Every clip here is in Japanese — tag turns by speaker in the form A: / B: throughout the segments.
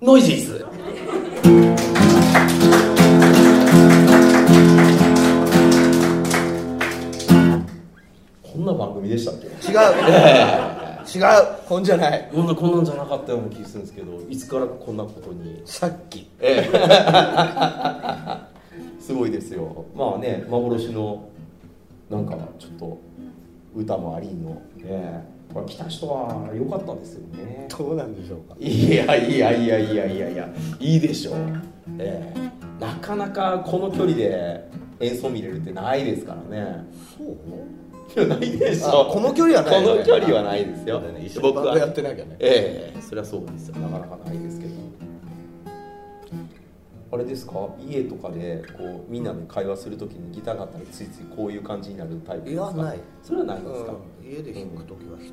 A: ノイジーズこんな番組でしたっけ
B: 違う違うこんじゃない
A: こんなこんなんじゃなかったような気がするんですけどいつからかこんなことに
B: さっき
A: え えすごいですよまあね幻のなんかちょっと歌もありの、ええこれ来た人は良かったですよね
B: どうなんでしょうか
A: いやいやいやいやいやいやいいでしょう、ええなかなかこの距離で演奏見れるってないですからね
B: そう
A: いやないでし
B: あ
A: ょ
B: この距離はない
A: この距離はないですよ、僕
B: 僕
A: は
B: はやってなきゃね
A: ええそれはそうですよなかなかないですけどあれですか家とかでこうみんなで会話するときにギターがあったらついついこういう感じになるタイプですか
B: いやない
A: それはないんですか、
B: うん家で弾く時は一人で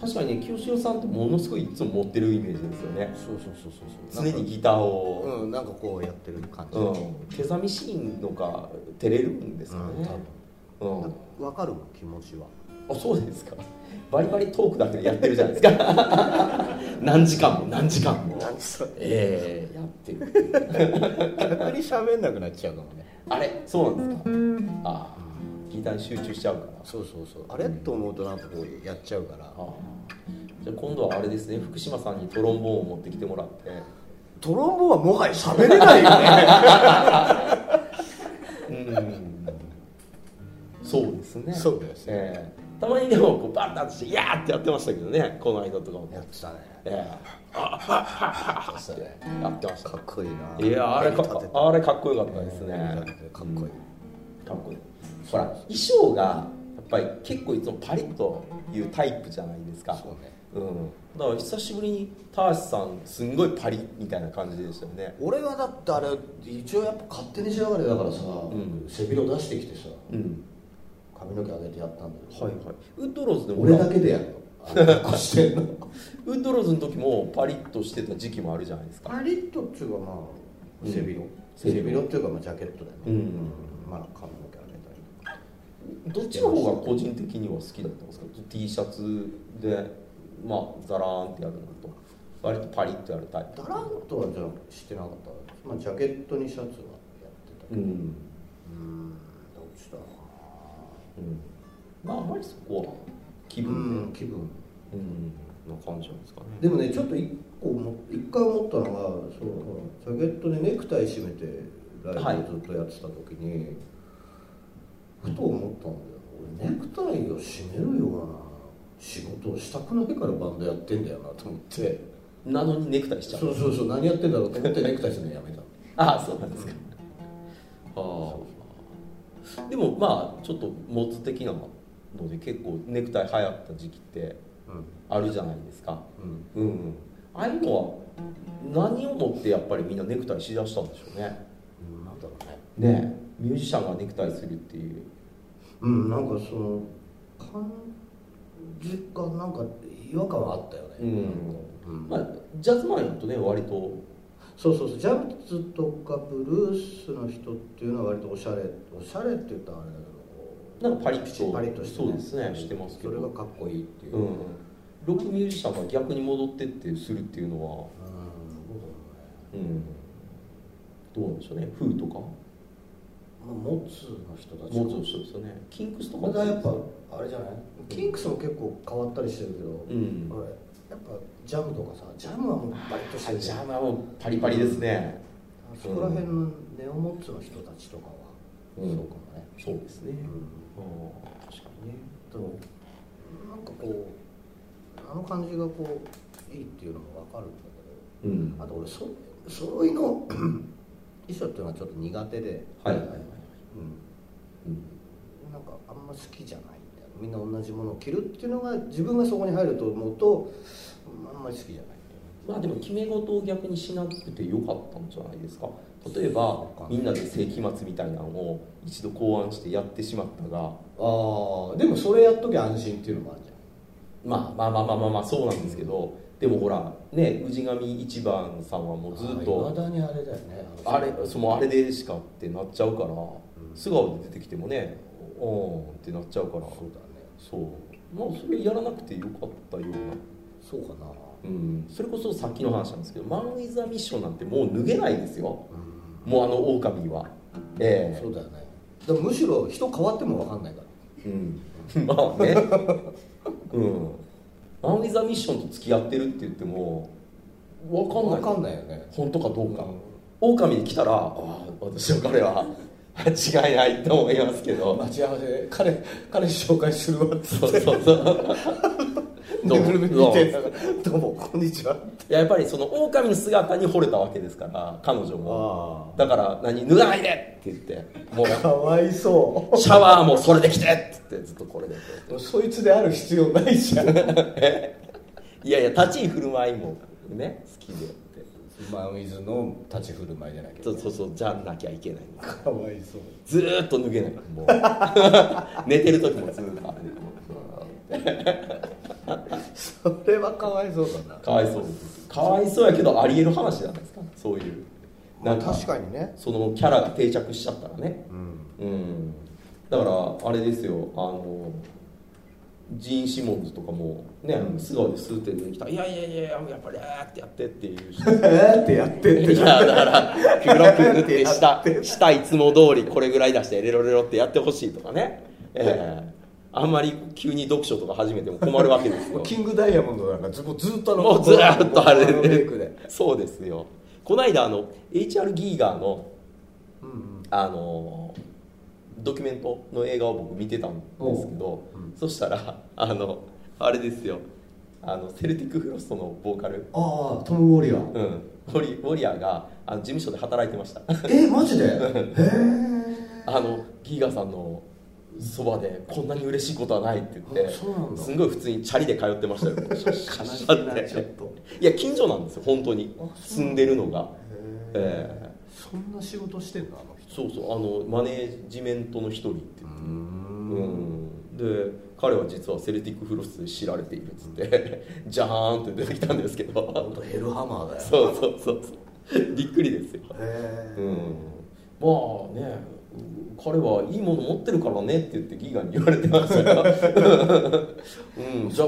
A: 確かにね清志郎さんってものすごいいつも持ってるイメージですよね
B: そうそうそうそうそ
A: 常
B: う
A: にギターを、
B: うんなんかこうやってる感じ
A: うん手寂しいのか照れるんですかね、うん
B: わかるもん気持ちは
A: あそうですかバリバリトークだけでやってるじゃないですか 何時間も何時間も
B: 何それ
A: ええやってる
B: 逆に喋んなくなっちゃうかもね
A: あれそうなんですかああギターに集中しちゃうから
B: そうそうそうあれと思うとなんかこうやっちゃうから
A: ああじゃあ今度はあれですね福島さんにトロンボーンを持ってきてもらって
B: トロンボーンはもはや喋れないよね
A: うんそうですね
B: そうですね
A: ええたまにでもこうバッとして「いやー!」ってやってましたけどねこの間とかも
B: やってたね
A: ええ
B: やってたね
A: やってました
B: かっこいいない
A: いやあれかあれかっこよかったですね
B: かっこいい
A: かっこいいほら衣装がやっぱり結構いつもパリッというタイプじゃないですか
B: そうね
A: うん、だから久しぶりにターシさんすんごいパリみたいな感じでしたよね
C: 俺はだってあれ一応やっぱ勝手に仕上がりだからさ、
A: ん
C: 背広出してきてさ
A: うん
C: 髪の毛上げてやったんだけど、
A: はいはいウッドローズでも
C: 俺だけでやるのあの格好してんの
A: ウッドローズの時もパリッとしてた時期もあるじゃないですか
C: パリッとっていうかまあ
A: うん
C: 背広、
A: 背
C: 背
A: 広
C: 広っていうかまあジャケットだよね、
A: うん
C: まあ髪の毛上げたりとか
A: どっちの方が個人的には好きだったんですか T シャツでまあザラーンってやるのと割とパリッとやるタイプ
C: だらんとはじゃなくしてなかった、まあ、ジャケットにシャツはやってたけ
A: う
C: ど
A: ん、
C: うんどっちだろ
A: うん、まああまりそこは気
C: うな
A: 分
C: うん気分
A: でうんな感じなんですかね
C: でもねちょっと一個も一回思ったのがそうほらジャケットでネクタイ締めてライブをずっとやってた時に、ふと思ったんだよ俺ネクタイを締めるような仕事をしたくないからバンドやってんだよなと思って
A: なのにネクタイしちゃう
C: そうそうそう何やってんだろうと思ってネクタイするのやめた
A: ああそうなんですか、ああでもまあちょっとモツ的なので結構ネクタイ流行った時期って
C: う
A: あるじゃないですか
C: ん、うん、
A: うん、うん、ああいうのは何をもってやっぱりみんなネクタイしだしたんでしょうね
C: なんだろうね
A: ねえミュージシャンがネクタイするっていう
C: うんなんかその感じがなんか違和感はあったよね
A: うん、
C: うん
A: まあ、ジャズマンやとね割と
C: そうそうそうジャズとかブルースの人っていうのは割とおしゃれおしゃれって言ったらあれだけどこ
A: なんかパリ
C: う
A: ッ
C: プ
A: と
C: チパリッとして、
A: そうですねしてますけ
C: それが
A: ど
C: かっこいいっていうう、うん
A: んロックミュージシャンが逆に戻ってってするっていうのはうんどうなんでしょうね風とか
C: まあ、モツの人たち
A: もうちょっとそうですよねキンクスとか
C: これがやっぱあれじゃないキンクスも結構変わったりしてるけど、
A: うん
C: ほらやっぱジャムとかさジャムはもうバリッとしてるじゃん
A: 邪魔をパリパリですね
C: そこら辺のネオモッツの人たちとかは、
A: うん
C: そうかもね、
A: そうですね
C: うん
A: あ確かにね
C: となんかこうあの感じがこういいっていうのも分かるんだ
A: う
C: け
A: ん
C: どあと俺そ揃いの 衣装っていうのはちょっと苦手で、
A: はいはいはい
C: うん、なんかあんま好きじゃないんだよみんな同じものを着るっていうのが自分がそこに入ると思うとうんあんまり好きじゃない
A: まあでも決め事を逆にしなくてよかったんじゃないですか例えばみんなで世紀末みたいなのを一度考案してやってしまったが
C: ああでもそれやっときゃ安心っていうのもあるじゃん
A: まあまあまあまあまあまあそうなんですけどでもほらね氏神一番さんはもうずっと
C: いまだにあれだよねの
A: あれそのあれでしかってなっちゃうから、素顔で出てきてもねおーんってなっちゃうから
C: そうだね
A: そうまあそれやらなくてよかったような
C: そうかな、
A: ううん、それこそさっきの話なんですけどマン・ウィザ・ミッションなんてもう脱げないですよもうあの狼はえ
B: そうだよね
C: だからむしろ人変わっても分かんないから
A: えうん まあねうんマン・ウィザ・ミッションと付き合ってるって言っても分かんない
B: 分かんないよね
A: 本当かどうか、狼に来たらああ私は彼は違いないと思いますけど
B: 待ち合わせで彼彼氏紹介するわっつっ
A: そう
B: て
A: そうそう
B: ぬぐるみ見て
A: ど
B: どうもこんにちはい
A: ややっぱりその狼の姿に惚れたわけですから彼女も
B: あ
A: だから何脱がないでって言ってもう
B: あかわいそ
A: シャワーもそれで来てって言ってずっとこれでこうやって
B: うそいつである必要ないじゃん
A: いやいや立ち居振る舞いもね好きでって
B: マンウィズの立ち振る舞いじゃなきゃ
A: そうそうそうじゃなきゃいけない
B: かわいそう
A: ずーっと脱げないもう 寝てる時もずーっとあれで
B: それはかわいそうだな
A: かわいそうですかわいそうやけどありえる話じゃないですかそういうなんか
B: 確かにね
A: そのキャラが定着しちゃったらね
B: うん
A: うんだからあれですよあのジーン・シモンズとかもね素顔でスーって出てきた「いやいやいややっぱりあーってやって」っていう人
B: えーってやって
A: いやだから黒く塗って下下いつも通りこれぐらい出してレロレロってやってほしいとかね、ええあんまり急に読書とか始めても困るわけです よ
B: キングダイヤモンドなんかずもうずっとあの
A: もうずーっとあれ
B: あのメイク
A: で
B: で
A: そうですよこの間あの HR ギーガーの
B: うんうん
A: あのドキュメントの映画を僕見てたんですけど、そしたらあのあれですよあのセルティック・フロストのボーカル、
C: ああトム・ウォリアー
A: うん、ウォリウォリアーがあの事務所で働いてました
C: えマジでへえ
A: あのギーガさんのそばでこんなに嬉しいことはないって言っ
C: あ
A: て
C: そうなんだ
A: すんごい普通にチャリで通ってましたよ悲しい
B: なちょっと
A: いや近所なんですよ本当に住んでるのがえ
B: そんな仕事してんのあの
A: えそうそうあのマネージメントの一人って
B: う
A: うんんで彼は実はセルティック・フロスで知られているっつって じゃーんって出てきたんですけど
B: 本当ヘルハマーだよ
A: そうそうそうそうびっくりですよ
B: へ
A: う
B: え
A: ん、まあね彼はいいもの持ってるからねって言ってギガに言われてました ようんじゃ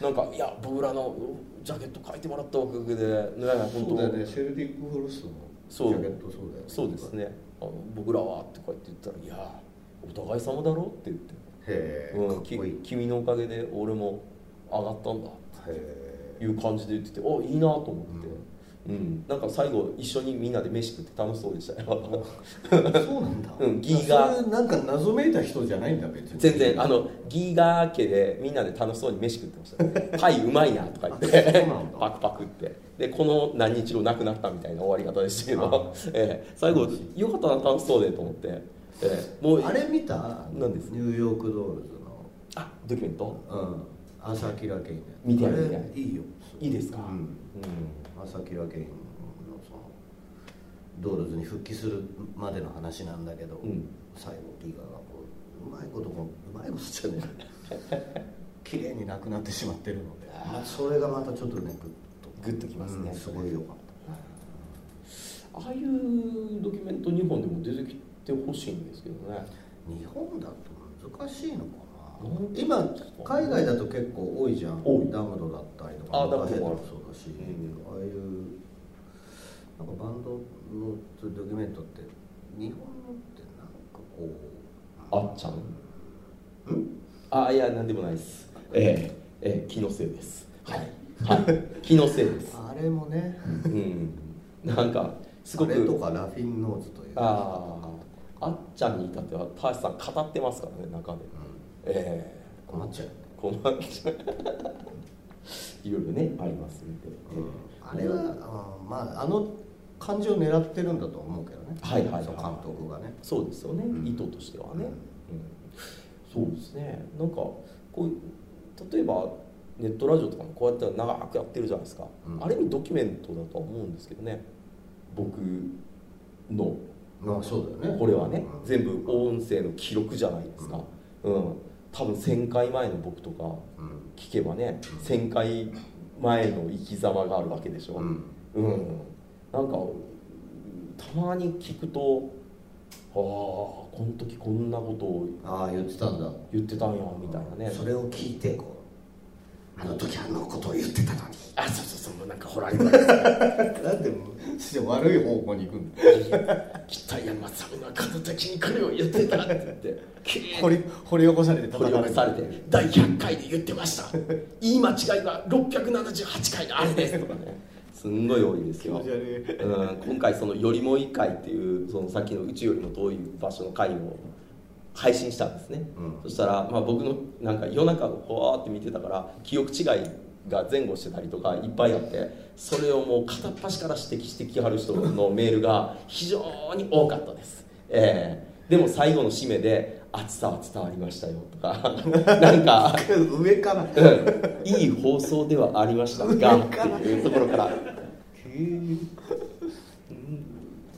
A: なんかいや僕らのジャケット書いてもらったおかげでね本
C: そうだ
A: 当
C: よねセルティック・フロストの
A: そう
C: ジャケットそうだよね
A: そうですねあの僕らはってこうやって言ったら「いやお互い様だろ」って言って、
C: へえ
A: うん
C: かっこいい
A: き君のおかげで俺も上がったんだ」
C: へ
A: いう感じで言ってて「あいいな」と思って、うんなんか最後一緒にみんなで飯食って楽しそうでしたよ
C: えそうなんだ
A: うんギーガー
C: そういうなんか謎めいた人じゃないんだ別に
A: 全然あのギーガー家でみんなで楽しそうに飯食ってました、 ね、パイうまいなとか言って
C: そうなんだ
A: パクパクってでこの何日後なくなったみたいな終わり方でしたけど、 ええ最後よかったな楽しそうでと思って、ええもう
C: あれ見た
A: 何です
C: ニューヨークドールズの
A: あドキュメント
C: うん朝キラケイン
A: 見てない見て
C: あ
A: ない
C: れいいよ
A: いいですか、
C: う
A: うん
C: ん朝キラケインのそのドールズに復帰するまでの話なんだけど、
A: うん
C: 最後ギガがこううまいこともうまいことじゃね え綺麗になくなってしまってるのでまあそれがまたちょっとねグッと
A: グッときますね
C: うんすごいよかった
A: ああいうドキュメント2本でも出てきてほしいんですけどね
C: 日本だと難しいのかな、
A: うん
C: 今海外だと結構多いじゃん
A: 多い
C: ダムドだったりとか
A: あダムド
C: ヘッ
A: も
C: ド
A: あ
C: も
A: る
C: そうだし、
A: う
C: ああいうなんかバンドのドキュメントって日本のってなんかこう
A: あっちゃん
C: うん
A: あいや何でもないですええええ気のせいですはい、はい、気のせいです
C: あれもね
A: うんなんかすご
C: あ
A: く
C: れとかラフィンノーズというか
A: あああっちゃんに至っては田橋さん語ってますからね中で、ええ
C: 困っちゃうよね
A: 困っちゃういろいろねありますんで、
C: あれは、うんまああの感じを狙ってるんだと思うけどね
A: はいはいはい
C: その監督がね
A: そうですよね、
C: うん
A: 意図としてはね、うんそうですねなんかこう例えばネットラジオとかもこうやって長くやってるじゃないですか、
C: うん
A: あれにドキュメントだとは思うんですけどね僕の
C: まあそうだよね
A: これはね
C: うん
A: 全部音声の記録じゃないですか、うん多分1000回前の僕とか
C: うん
A: 聞けばね1000回前の生き様があるわけでしょ、
C: うん
A: うんなんかたまに聞くとああこの時こんなことを
C: ああ言ってたんだ
A: 言ってたんやみたいなね
C: それを聞いてこ
B: あの時あのことを言ってたのに
A: あそうそうそうもうなんかほらありますね
B: なんでも悪い方向に行くんだ
A: 北山さんがこの時にこれを言ってたって 言ってきれいに
B: 掘り掘り起こされて
A: 取り残されて第100回で言ってま した言い間違いが678回のあれ ですとかねすんごい多いですよ
B: 気持ち悪い
A: うん、今回その「よりもいい会」っていうそのさっきの「うちよりも遠い場所」の会を配信したんですね、
B: うん
A: そしたら、まあ、僕のなんか夜中こうわーって見てたから記憶違いが前後してたりとかいっぱいあってそれをもう片っ端から指摘してきはる人のメールが非常に多かったです、ええでも最後の締めで「暑さは伝わりましたよ」とか なんか。
B: 上 か
A: う
B: ら
A: んいい放送ではありましたがっていうところから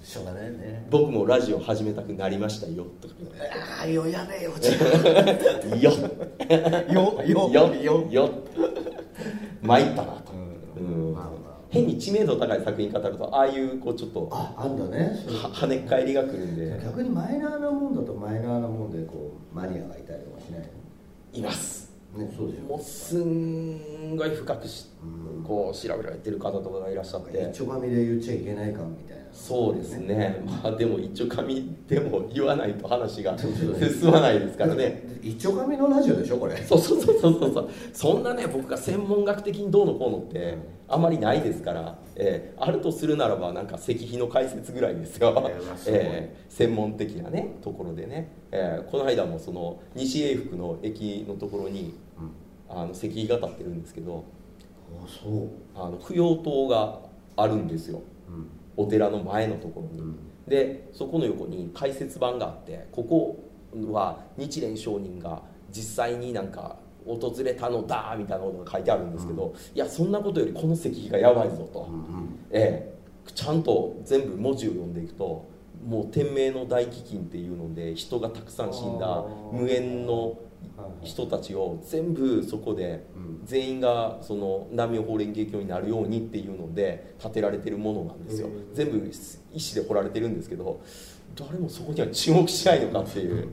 B: しょうがないね
A: 僕もラジオ始めたくなりましたよとか
B: ああよやれよじゃ
A: よ
B: よ
A: よ
B: よよ
A: よ参ったなと、うん
B: まあま
A: 変に知名度高い作品語るとああいうこうちょっとは
C: ああんだねそういうこと
A: 跳ねっ返りがくるんで
C: 逆にマイナーなもんだとマイナーなもんでこうマニアがいたりはしない
A: います
C: のねそうでし
A: も
C: ょ
A: うすんごい深くし
C: うん
A: こう調べられてる方とかがいらっしゃっ
C: なんか
A: て
C: 一丁紙で言っちゃいけない感みたいな
A: そうですねまあでも一応紙でも言わないと話が
C: そうそうそう
A: 進まないですからね
C: 一丁紙のラジオでしょこれ
A: そうそうそうそうそうそうそんなね僕が専門学的にどうのこうのってあまりないですから、ええあるとするならばなんか石碑の解説ぐらいですよ、
B: いやまあすごい
A: ええ専門的なねところでね、ええこの間もその西永福の駅のところに
B: うん
A: あの石碑が立ってるんですけど
C: あそう
A: あの供養塔があるんですよ
B: う
A: お
B: ん
A: 寺の前のところに。
B: うん
A: でそこの横に解説版があってここは日蓮上人が実際になんか訪れたのだみたいなことが書いてあるんですけど、いやそんなことよりこの石碑がやばいぞと、
B: うん
A: ええ、ちゃんと全部文字を読んでいくともう天明の大飢饉っていうので人がたくさん死ん
B: あ
A: だ
B: ー
A: 無縁の
B: はいはい
A: 人たちを全部そこで
B: うん
A: 全員がその南無法蓮華経になるようにっていうので建てられてるものなんですよ
B: へー
A: 全部石で彫られてるんですけど誰もそこには注目しないのかっていう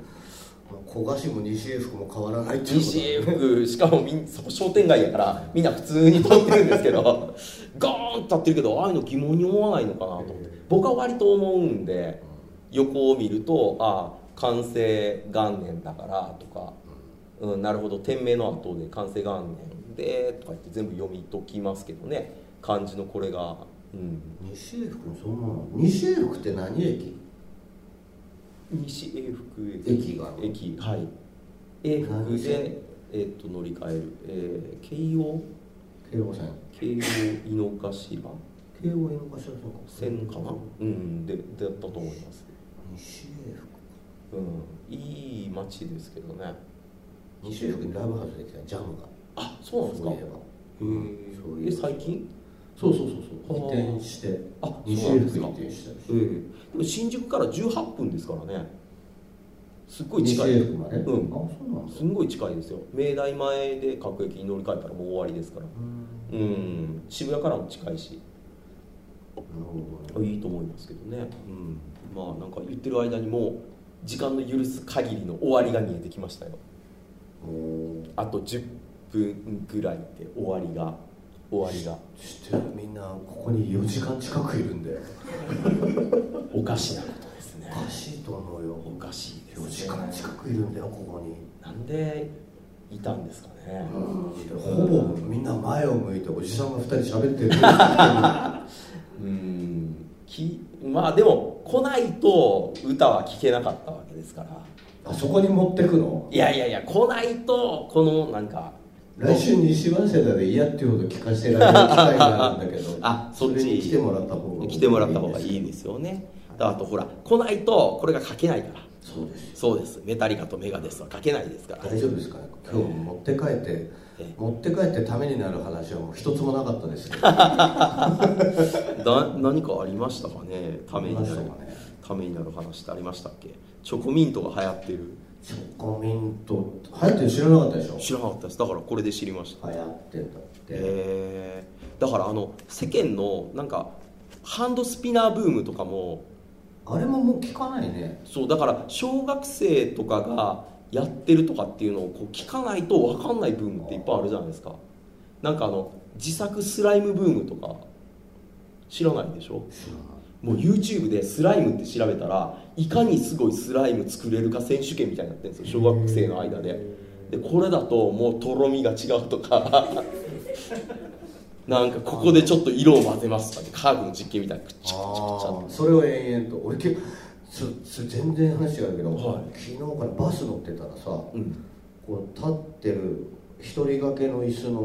C: 古賀市も西江福も変わらないっていうこと
A: 西英福しかもみんそこ商店街やからみんな普通に立ってるんですけど ゴーンと立ってるけどああいうの疑問に思わないのかなと思って僕は割と思うんで横を見るとああ寛政元年だからとか、うん、なるほど天明の後で寛政元年でとか言って全部読み解きますけどね漢字のこれが、うん、
C: 西江福もそんなの西江福って何駅
A: 西英福
C: 駅がある
A: 駅はい英福で、えっと乗り換える、えー京王
C: 慶応線
A: 京王井の頭
C: 慶応縁の頭線
A: 線
C: か
A: かなうんでだったと思います
C: 西江
A: う
C: 福
A: んいい街ですけどね
C: 西江福にライブハウスできたジャムが
A: あそうなんですか
C: そういえば
A: へ
C: そうい
A: え
C: え
A: え
C: ば
A: 最近
C: そうそうそうそう
A: あ
C: 移
A: ー
C: 転して
A: あ
C: 西
A: そう
C: 江
A: なんです
C: 福
A: か
C: に移転したりして
A: ええでも新宿から18分ですからねすっごい
C: 西
A: 近い
C: 江福まで、
A: う
C: あ
A: ん
C: そうなんだ
A: すんごい近いですよ明大前で各駅に乗り換えたらもう終わりですから
C: うん
A: うん渋谷からも近いし
C: なるほどね
A: いいと思いますけどね、うん、まあなんか言ってる間にもう時間の許す限りの終わりが見えてきましたよ
C: もう
A: あと10分ぐらいで終わりが終わりが
C: 知ってるみんなここに4時間近くいるんだよ
A: おかしなことですね
C: おかしいと思うよ
A: おかしいで
C: 4時
A: すね
C: 間近くいるんだよここに
A: なんでいたんですかね
C: ほぼみんな前を向いておじさんが2人喋ってる
A: うんきまあでも来ないと歌は聴けなかったわけですから
C: あそこに持ってくの
A: いやいやいや来ないとこのなんか
C: 来週西早稲田で嫌っていうほど聞かせてられる機会があるんだけど
A: あそっち
C: れに来てもらった方が
A: 来てもらった方がいいですよねだからあとほら来ないとこれが書けないから
C: そうです
A: そうですメタリカとメガデスは書けないですから
C: 大丈夫ですかね今日も持って帰って
A: え
C: 持って帰ってためになる話はもう一つもなかったですけど
A: だ何かありましたかねためになる
C: ありましたかね
A: ためになる話ってありましたっけチョコミントが流行ってる
C: チョコミント流行ってる知らなかったでしょ
A: 知らなかったですだからこれで知りました
C: 流行ってんだって、
A: えー、だからあの世間のなんかハンドスピナーブームとかも
C: あれももう聞かないね
A: そうだから小学生とかがやってるとかっていうのをこう聞かないと分かんないブームっていっぱいあるじゃないですかなんかあの自作スライムブームとか知らないでしょもう YouTube でスライムって調べたらいかにすごいスライム作れるか選手権みたいになってるんですよ小学生の間ででこれだともうとろみが違うとかなんかここでちょっと色を混ぜますとかねカーブの実験みたいなくっちゃくちゃくちゃ
C: ああそれを延々と俺けそそ全然話があるけど、
A: はい
C: 昨日からバス乗ってたらさ、
A: うん
C: こう立ってる一人掛けの椅子の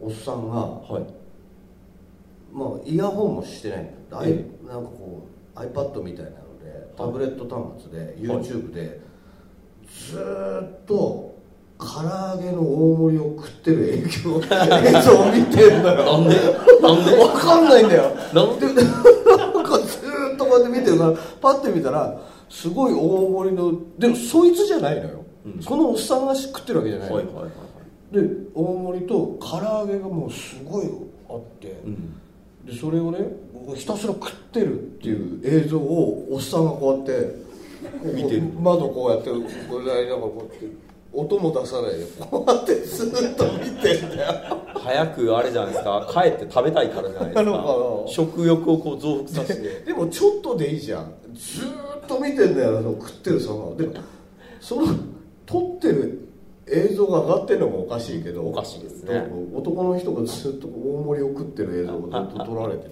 C: おっさんが、
A: はい
C: まあ、イヤホンもしてないんだあい
A: え
C: なんかこう iPad みたいなのでタブレット端末で YouTube でずーっと唐揚げの大盛りを食ってる影響映像を見てんだ
A: な
C: よ
A: んでなんで
C: わかんないんだよ
A: なんで
C: で なんかずーっとこうやって見てるからパッて見たらすごい大盛りのでもそいつじゃないのよ、
A: うん
C: そのおっさんが食ってるわけじゃないの、
A: はいはいはいはい
C: で大盛りと唐揚げがもうすごいあって、
A: うん
C: でそれをねひたすら食ってるっていう映像をおっさんがこうやってこう
A: 見てる
C: 窓こうやってこれやりながらこうやって音も出さないでこうやってずっと見てんだよ
A: 早くあれじゃないですか帰って食べたいからじゃないです
C: なの
A: か
C: かな
A: 食欲をこう増幅させて
C: でもちょっとでいいじゃんずーっと見てんだよその食ってる様でその撮ってる映像が上がってるのもおかしいけど
A: おかしいですね
C: なんか男の人がずっと大盛りを食ってる映像がずっと撮られてる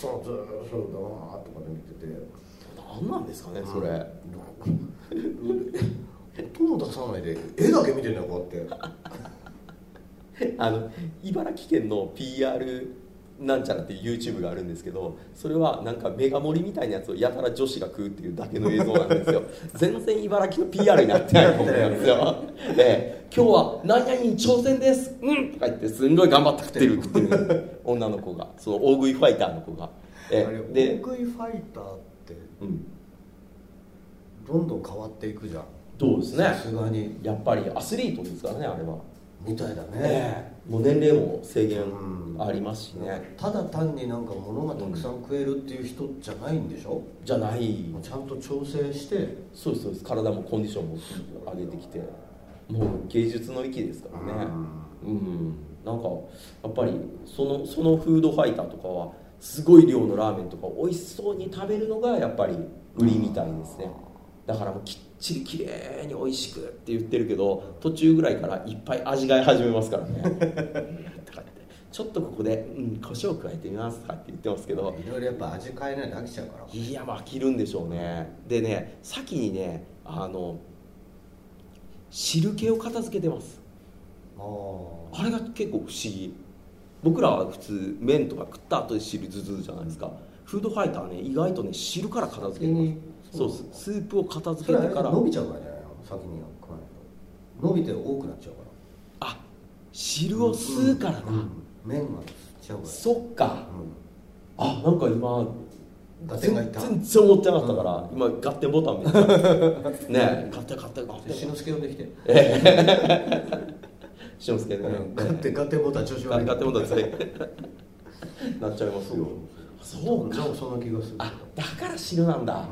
C: そうずーっとそうだなーとかで見てて
A: 何なんですかねそれ、
C: 音も出さないで絵だけ見てんだよこうやって
A: あの茨城県の PR なんちゃらっていう YouTube があるんですけどそれはなんかメガ盛りみたいなやつをやたら女子が食うっていうだけの映像なん ですよ全然茨城の PR になってないと思うんです よで今日は何々に挑戦ですうんとか言ってすんごい頑張って食ってる食って る女の子がその大食いファイターの子がえで、
B: 食いファイターって
A: うん、
B: どんどん変わっていくじゃん
A: どうですね
C: さすがに
A: やっぱりアスリートですからねあれは、
C: みたいだね
A: ええもう年齢も制限
C: うん
A: ありますしね、
C: ただ単になんか物がたくさん食えるっていう人じゃないんでしょ、
A: じゃない
C: もうちゃんと調整して
A: そうですそうです体もコンディションも上げてきてもう芸術の域ですからねうん、なんかやっぱりそのそのフードファイターとかはすごい量のラーメンとかを美味しそうに食べるのがやっぱり売りみたいですねだからもうきっちりきれいに美味しくって言ってるけど途中ぐらいからいっぱい味がい始めますから ねうんとか言ってちょっとここで、うん、胡椒加えてみますとかって言ってますけど
C: いろいろやっぱ味変えないと飽きちゃうから
A: いやまあ飽きるんでしょうねでね先にねあの汁気を片付けてます
C: あ
A: あれが結構不思議僕らは普通麺とか食った後で汁ずずじゃないですかフードファイターね意外とね汁から片付けてます
C: 先に
A: そうですスープを片
C: あ
A: 付
C: そ
A: け
C: れ
A: て
C: は
A: から
C: 伸びちゃうからじゃないの先に食わないと伸びて多くなっちゃうから
A: あ汁を吸うからだ、
C: うん麺が吸っちゃうか、
A: そっから
C: うん
A: あなんか今
C: ガテンがいた
A: 全然思ってなかったから、今ガッテンボタンめっちゃ ねえガッテンガッテンガッテン
C: しのすけ呼んできて
A: しのすけね
C: ガテガテボタン調子
A: ガ
C: 悪い
A: ガッテンボタンです ねなっちゃいますよそう
C: じ
A: か
C: ゃあそんな気がする
A: あだから汁なんだ、あ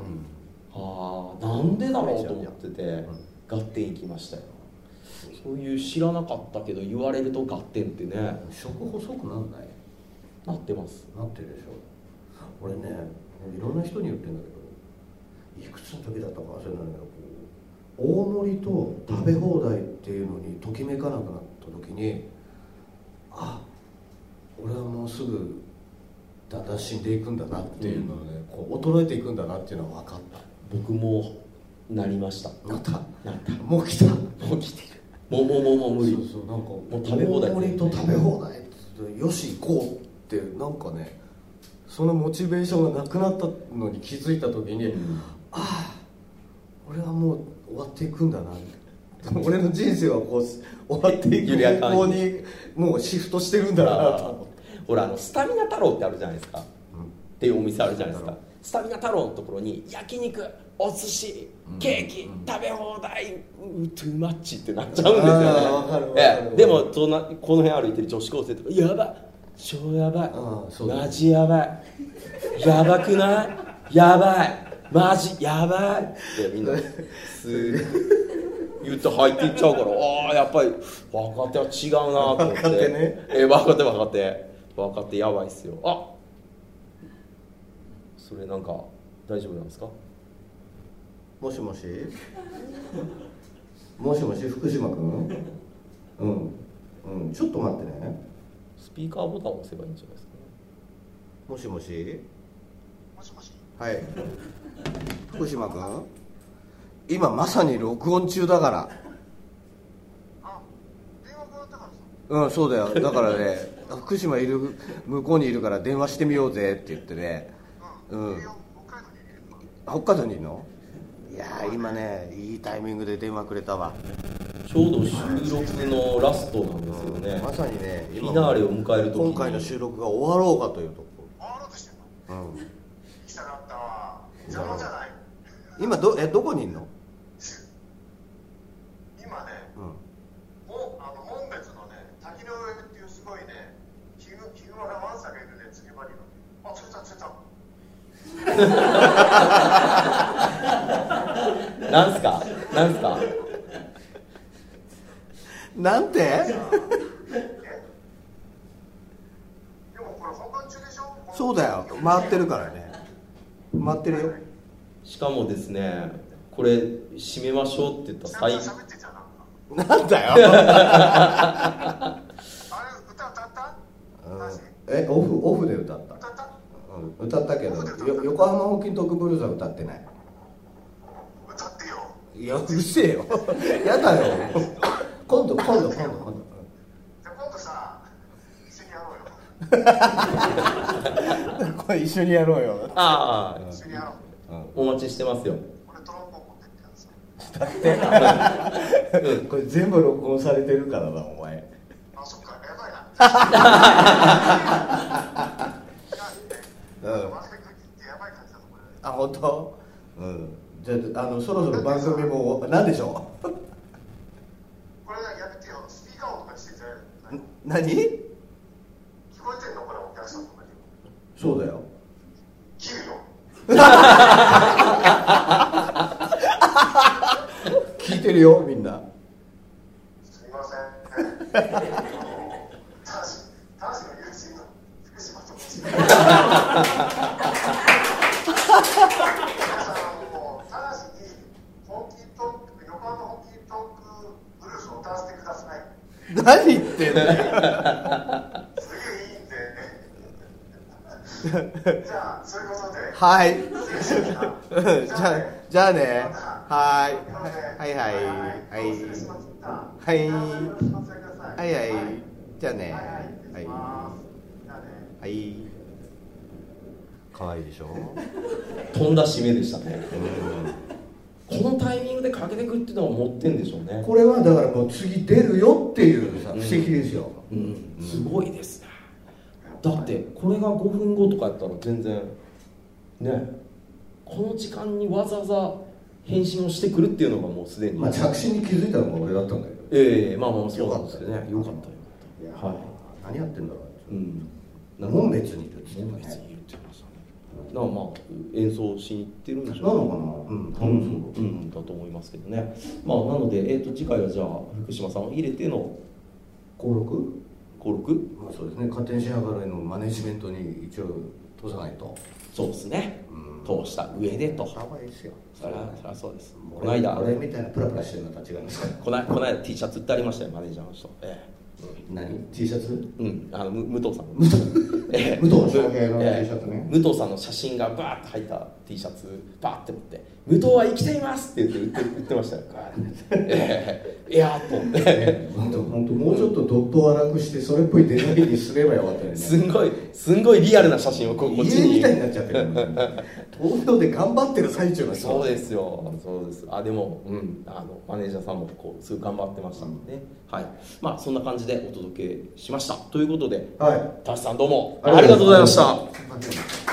A: あなんでだろうと思ってて、ガッテン行きましたよそういう知らなかったけど言われるとガッテンってね
C: うん食細くなんない
A: なってます
C: なってるでしょ俺ねいろんな人に言ってんだけどいくつの時だったか忘れないんだけどこう大盛りと食べ放題っていうのにときめかなくなった時にあ俺はもうすぐだんだん死んでいくんだなっていうのをね、こう衰えていくんだなっていうのは分かっ
A: 僕もなりました
C: たなった
A: なった
C: もう来た
A: もう来てるもうもうもうもう無理
C: そうそうなんか
A: う食べ放題
C: 大盛りと食べ放題って言ってよし行こうってなんかねそのモチベーションがなくなったのに気づいた時に、ああ俺はもう終わっていくんだな 俺の人生はこう終わってい
A: 緩や
C: く
A: か
C: 方
A: に
C: 向 にもうシフトしてるんだなと思って
A: ほらあのスタミナ太郎ってあるじゃないですか、っていうお店あるじゃないですかスタミナ太郎のところに焼肉お寿司ケーキ、食べ放題うんトゥーマッチってなっちゃうんです
C: あーわかる
A: よ
C: わ
A: ね
C: かる
A: ええでもそんなこの辺歩いてる女子高生とかやばい超やばい
C: ーそうだね
A: マジやばいやばくないやばいマジやばいってみんなすい言って入っていっちゃうからああやっぱり若手は違うなと思って
B: 若手ね
A: え若手若手若手やばいっすよあそれなんか大丈夫なんですか
C: もしもしもしもし福島君うんうんちょっと待ってね
A: スピーカーボタンを押せばいいんじゃないですかね
C: もしもし
D: もしもし。
C: はい福島君今まさに録音中だから
D: あ、電話変わったからさ。
C: うんそうだよだからね福島いる向こうにいるから電話してみようぜって言ってね
D: うん。
C: うん
D: いいよ北海道にいる今
C: 北海道にいるのいやー今ねいいタイミングで電話くれたわ
A: ちょうど収録のラストなんですよね
C: まさにね
A: フィナーレを迎える時に
C: 今回の収録が終わろうかというと
D: 終わろうとしてんの。
C: ころ、うん、
D: 行きたかったわ。邪魔じゃない。
C: 今どえどこにいるの、
D: 今ね、
C: う
D: もあの門別のね、滝の上っていうすごいね、ヒグヒグマがワンサがいるね、釣り針が。あ、釣れた釣れた。
A: なんすかなんすか
C: ん、なんて
D: え？でもこれ本番中でしょ？
C: そうだよ回ってるからね回ってるよ
A: しかもですねこれ締めましょうって言った
D: 最
A: 最
D: 近喋ってんじゃんなんか。
C: なんだよ、
D: あれ歌歌った？マジ
C: えオフオフで歌った
D: 歌った？
C: うん歌ったけどよ横浜ホーキントークブルースは歌ってない
D: 歌ってよ。
C: いやうるせえよやだよ今度今度今度今度
D: じゃあ今度さ、一緒にやろうよ。
B: これ一緒にやろうよ
A: ああ
D: 一緒にやろう。
A: お待ちしてますよ
D: 俺トロンボーン持ってってやつ。
B: これ全部録音されてるからなお前
D: あ、そっか、やばいな。
C: うんあ本当うんじゃああのそろそろ番組も終わなんでしょ
D: これやめてよ、スピーカー音とかしてて、
C: うん何
D: 聞こえてんのこれ、お客さんとかに。
C: そうだよ
D: 切るよ。
C: 聞いてるよみんな
D: すみません。ただし、ただしの友人の福島と口。皆さん、もう、ただしに、本気トーク、横浜本気トークブルースを歌わせてください。
C: 何言ってんだよ
D: すげえいいんで。じゃあ、そういうことで。
C: はいうん
D: じ
C: じゃあじゃあねはーいはいはいはいはいはいはいじゃあねはいはい可愛いでしょ
A: 飛んだ締めでしたね このタイミングでかけてくっていうのは持ってんでしょうね
C: これはだからもう次出るよっていうさ布石ですよ
A: うんすごいですねだってこれが5分後とかやったら全然ねこの時間にわざわざ返信をしてくるっていうのがもうすでに
C: まあ着信に気づいたのが俺だったんだけど
A: ええまあまあそうなんですけどねよかったよ
C: いや
A: かったはい
C: 何やってんだろ
A: う
C: う、
A: ん
C: な
A: なんん
C: か
A: か
C: 門別にいるっつって
A: 門
C: ね
A: 別にいるって言いましたねだからまあ演奏しに行ってるんで
C: な
A: しょうね
C: のかなうん多
A: うん、
C: 分そううん
A: だと思いますけどね、まあ、なので、えー、と次回はじゃあ福島さんを入れての
C: 登録
A: 登録
C: まあそうですね勝手に仕上がるのマネジメントに一応通さないと
A: そうですね、
C: うん
A: 通した上でと
C: やばいですよ
A: そりゃそりゃそうですこの
C: 俺
A: 間
C: 俺みたいなプラプラしてるのとは違いますから
A: こないこの間 T シャツ売ってありましたよマネージャーの人え
C: 何 T シャツ
A: えうんあのむ武藤さん 武藤ええ
C: 武藤翔平の
A: ええ
C: T シャツね
A: 武藤さんの写真がバーッと入った T シャツバーッて持って「武藤は生きています!」って言って売って売ってましたよバーッて、ええいやーと思って
C: 本当本当もうちょっとドットを荒くしてそれっぽいデザインにすればよかったよね
A: すんごいすんごいリアルな写真をこうこっち
C: 家み
A: に
C: たいになっちゃってる東京で頑張ってる最中の人
A: そうですよ、そうです。あ、でも、うん、あのマネージャーさんもこうすごい頑張ってましたんでね。はい。まあそんな感じでお届けしました。ということで、
C: はい
A: タシさんどうも
C: あ
A: あ
C: り
A: りが
C: がと
A: と
C: う
A: う
C: ご
A: ござ
C: ざい
A: い
C: ま
A: ま
C: し
A: したた。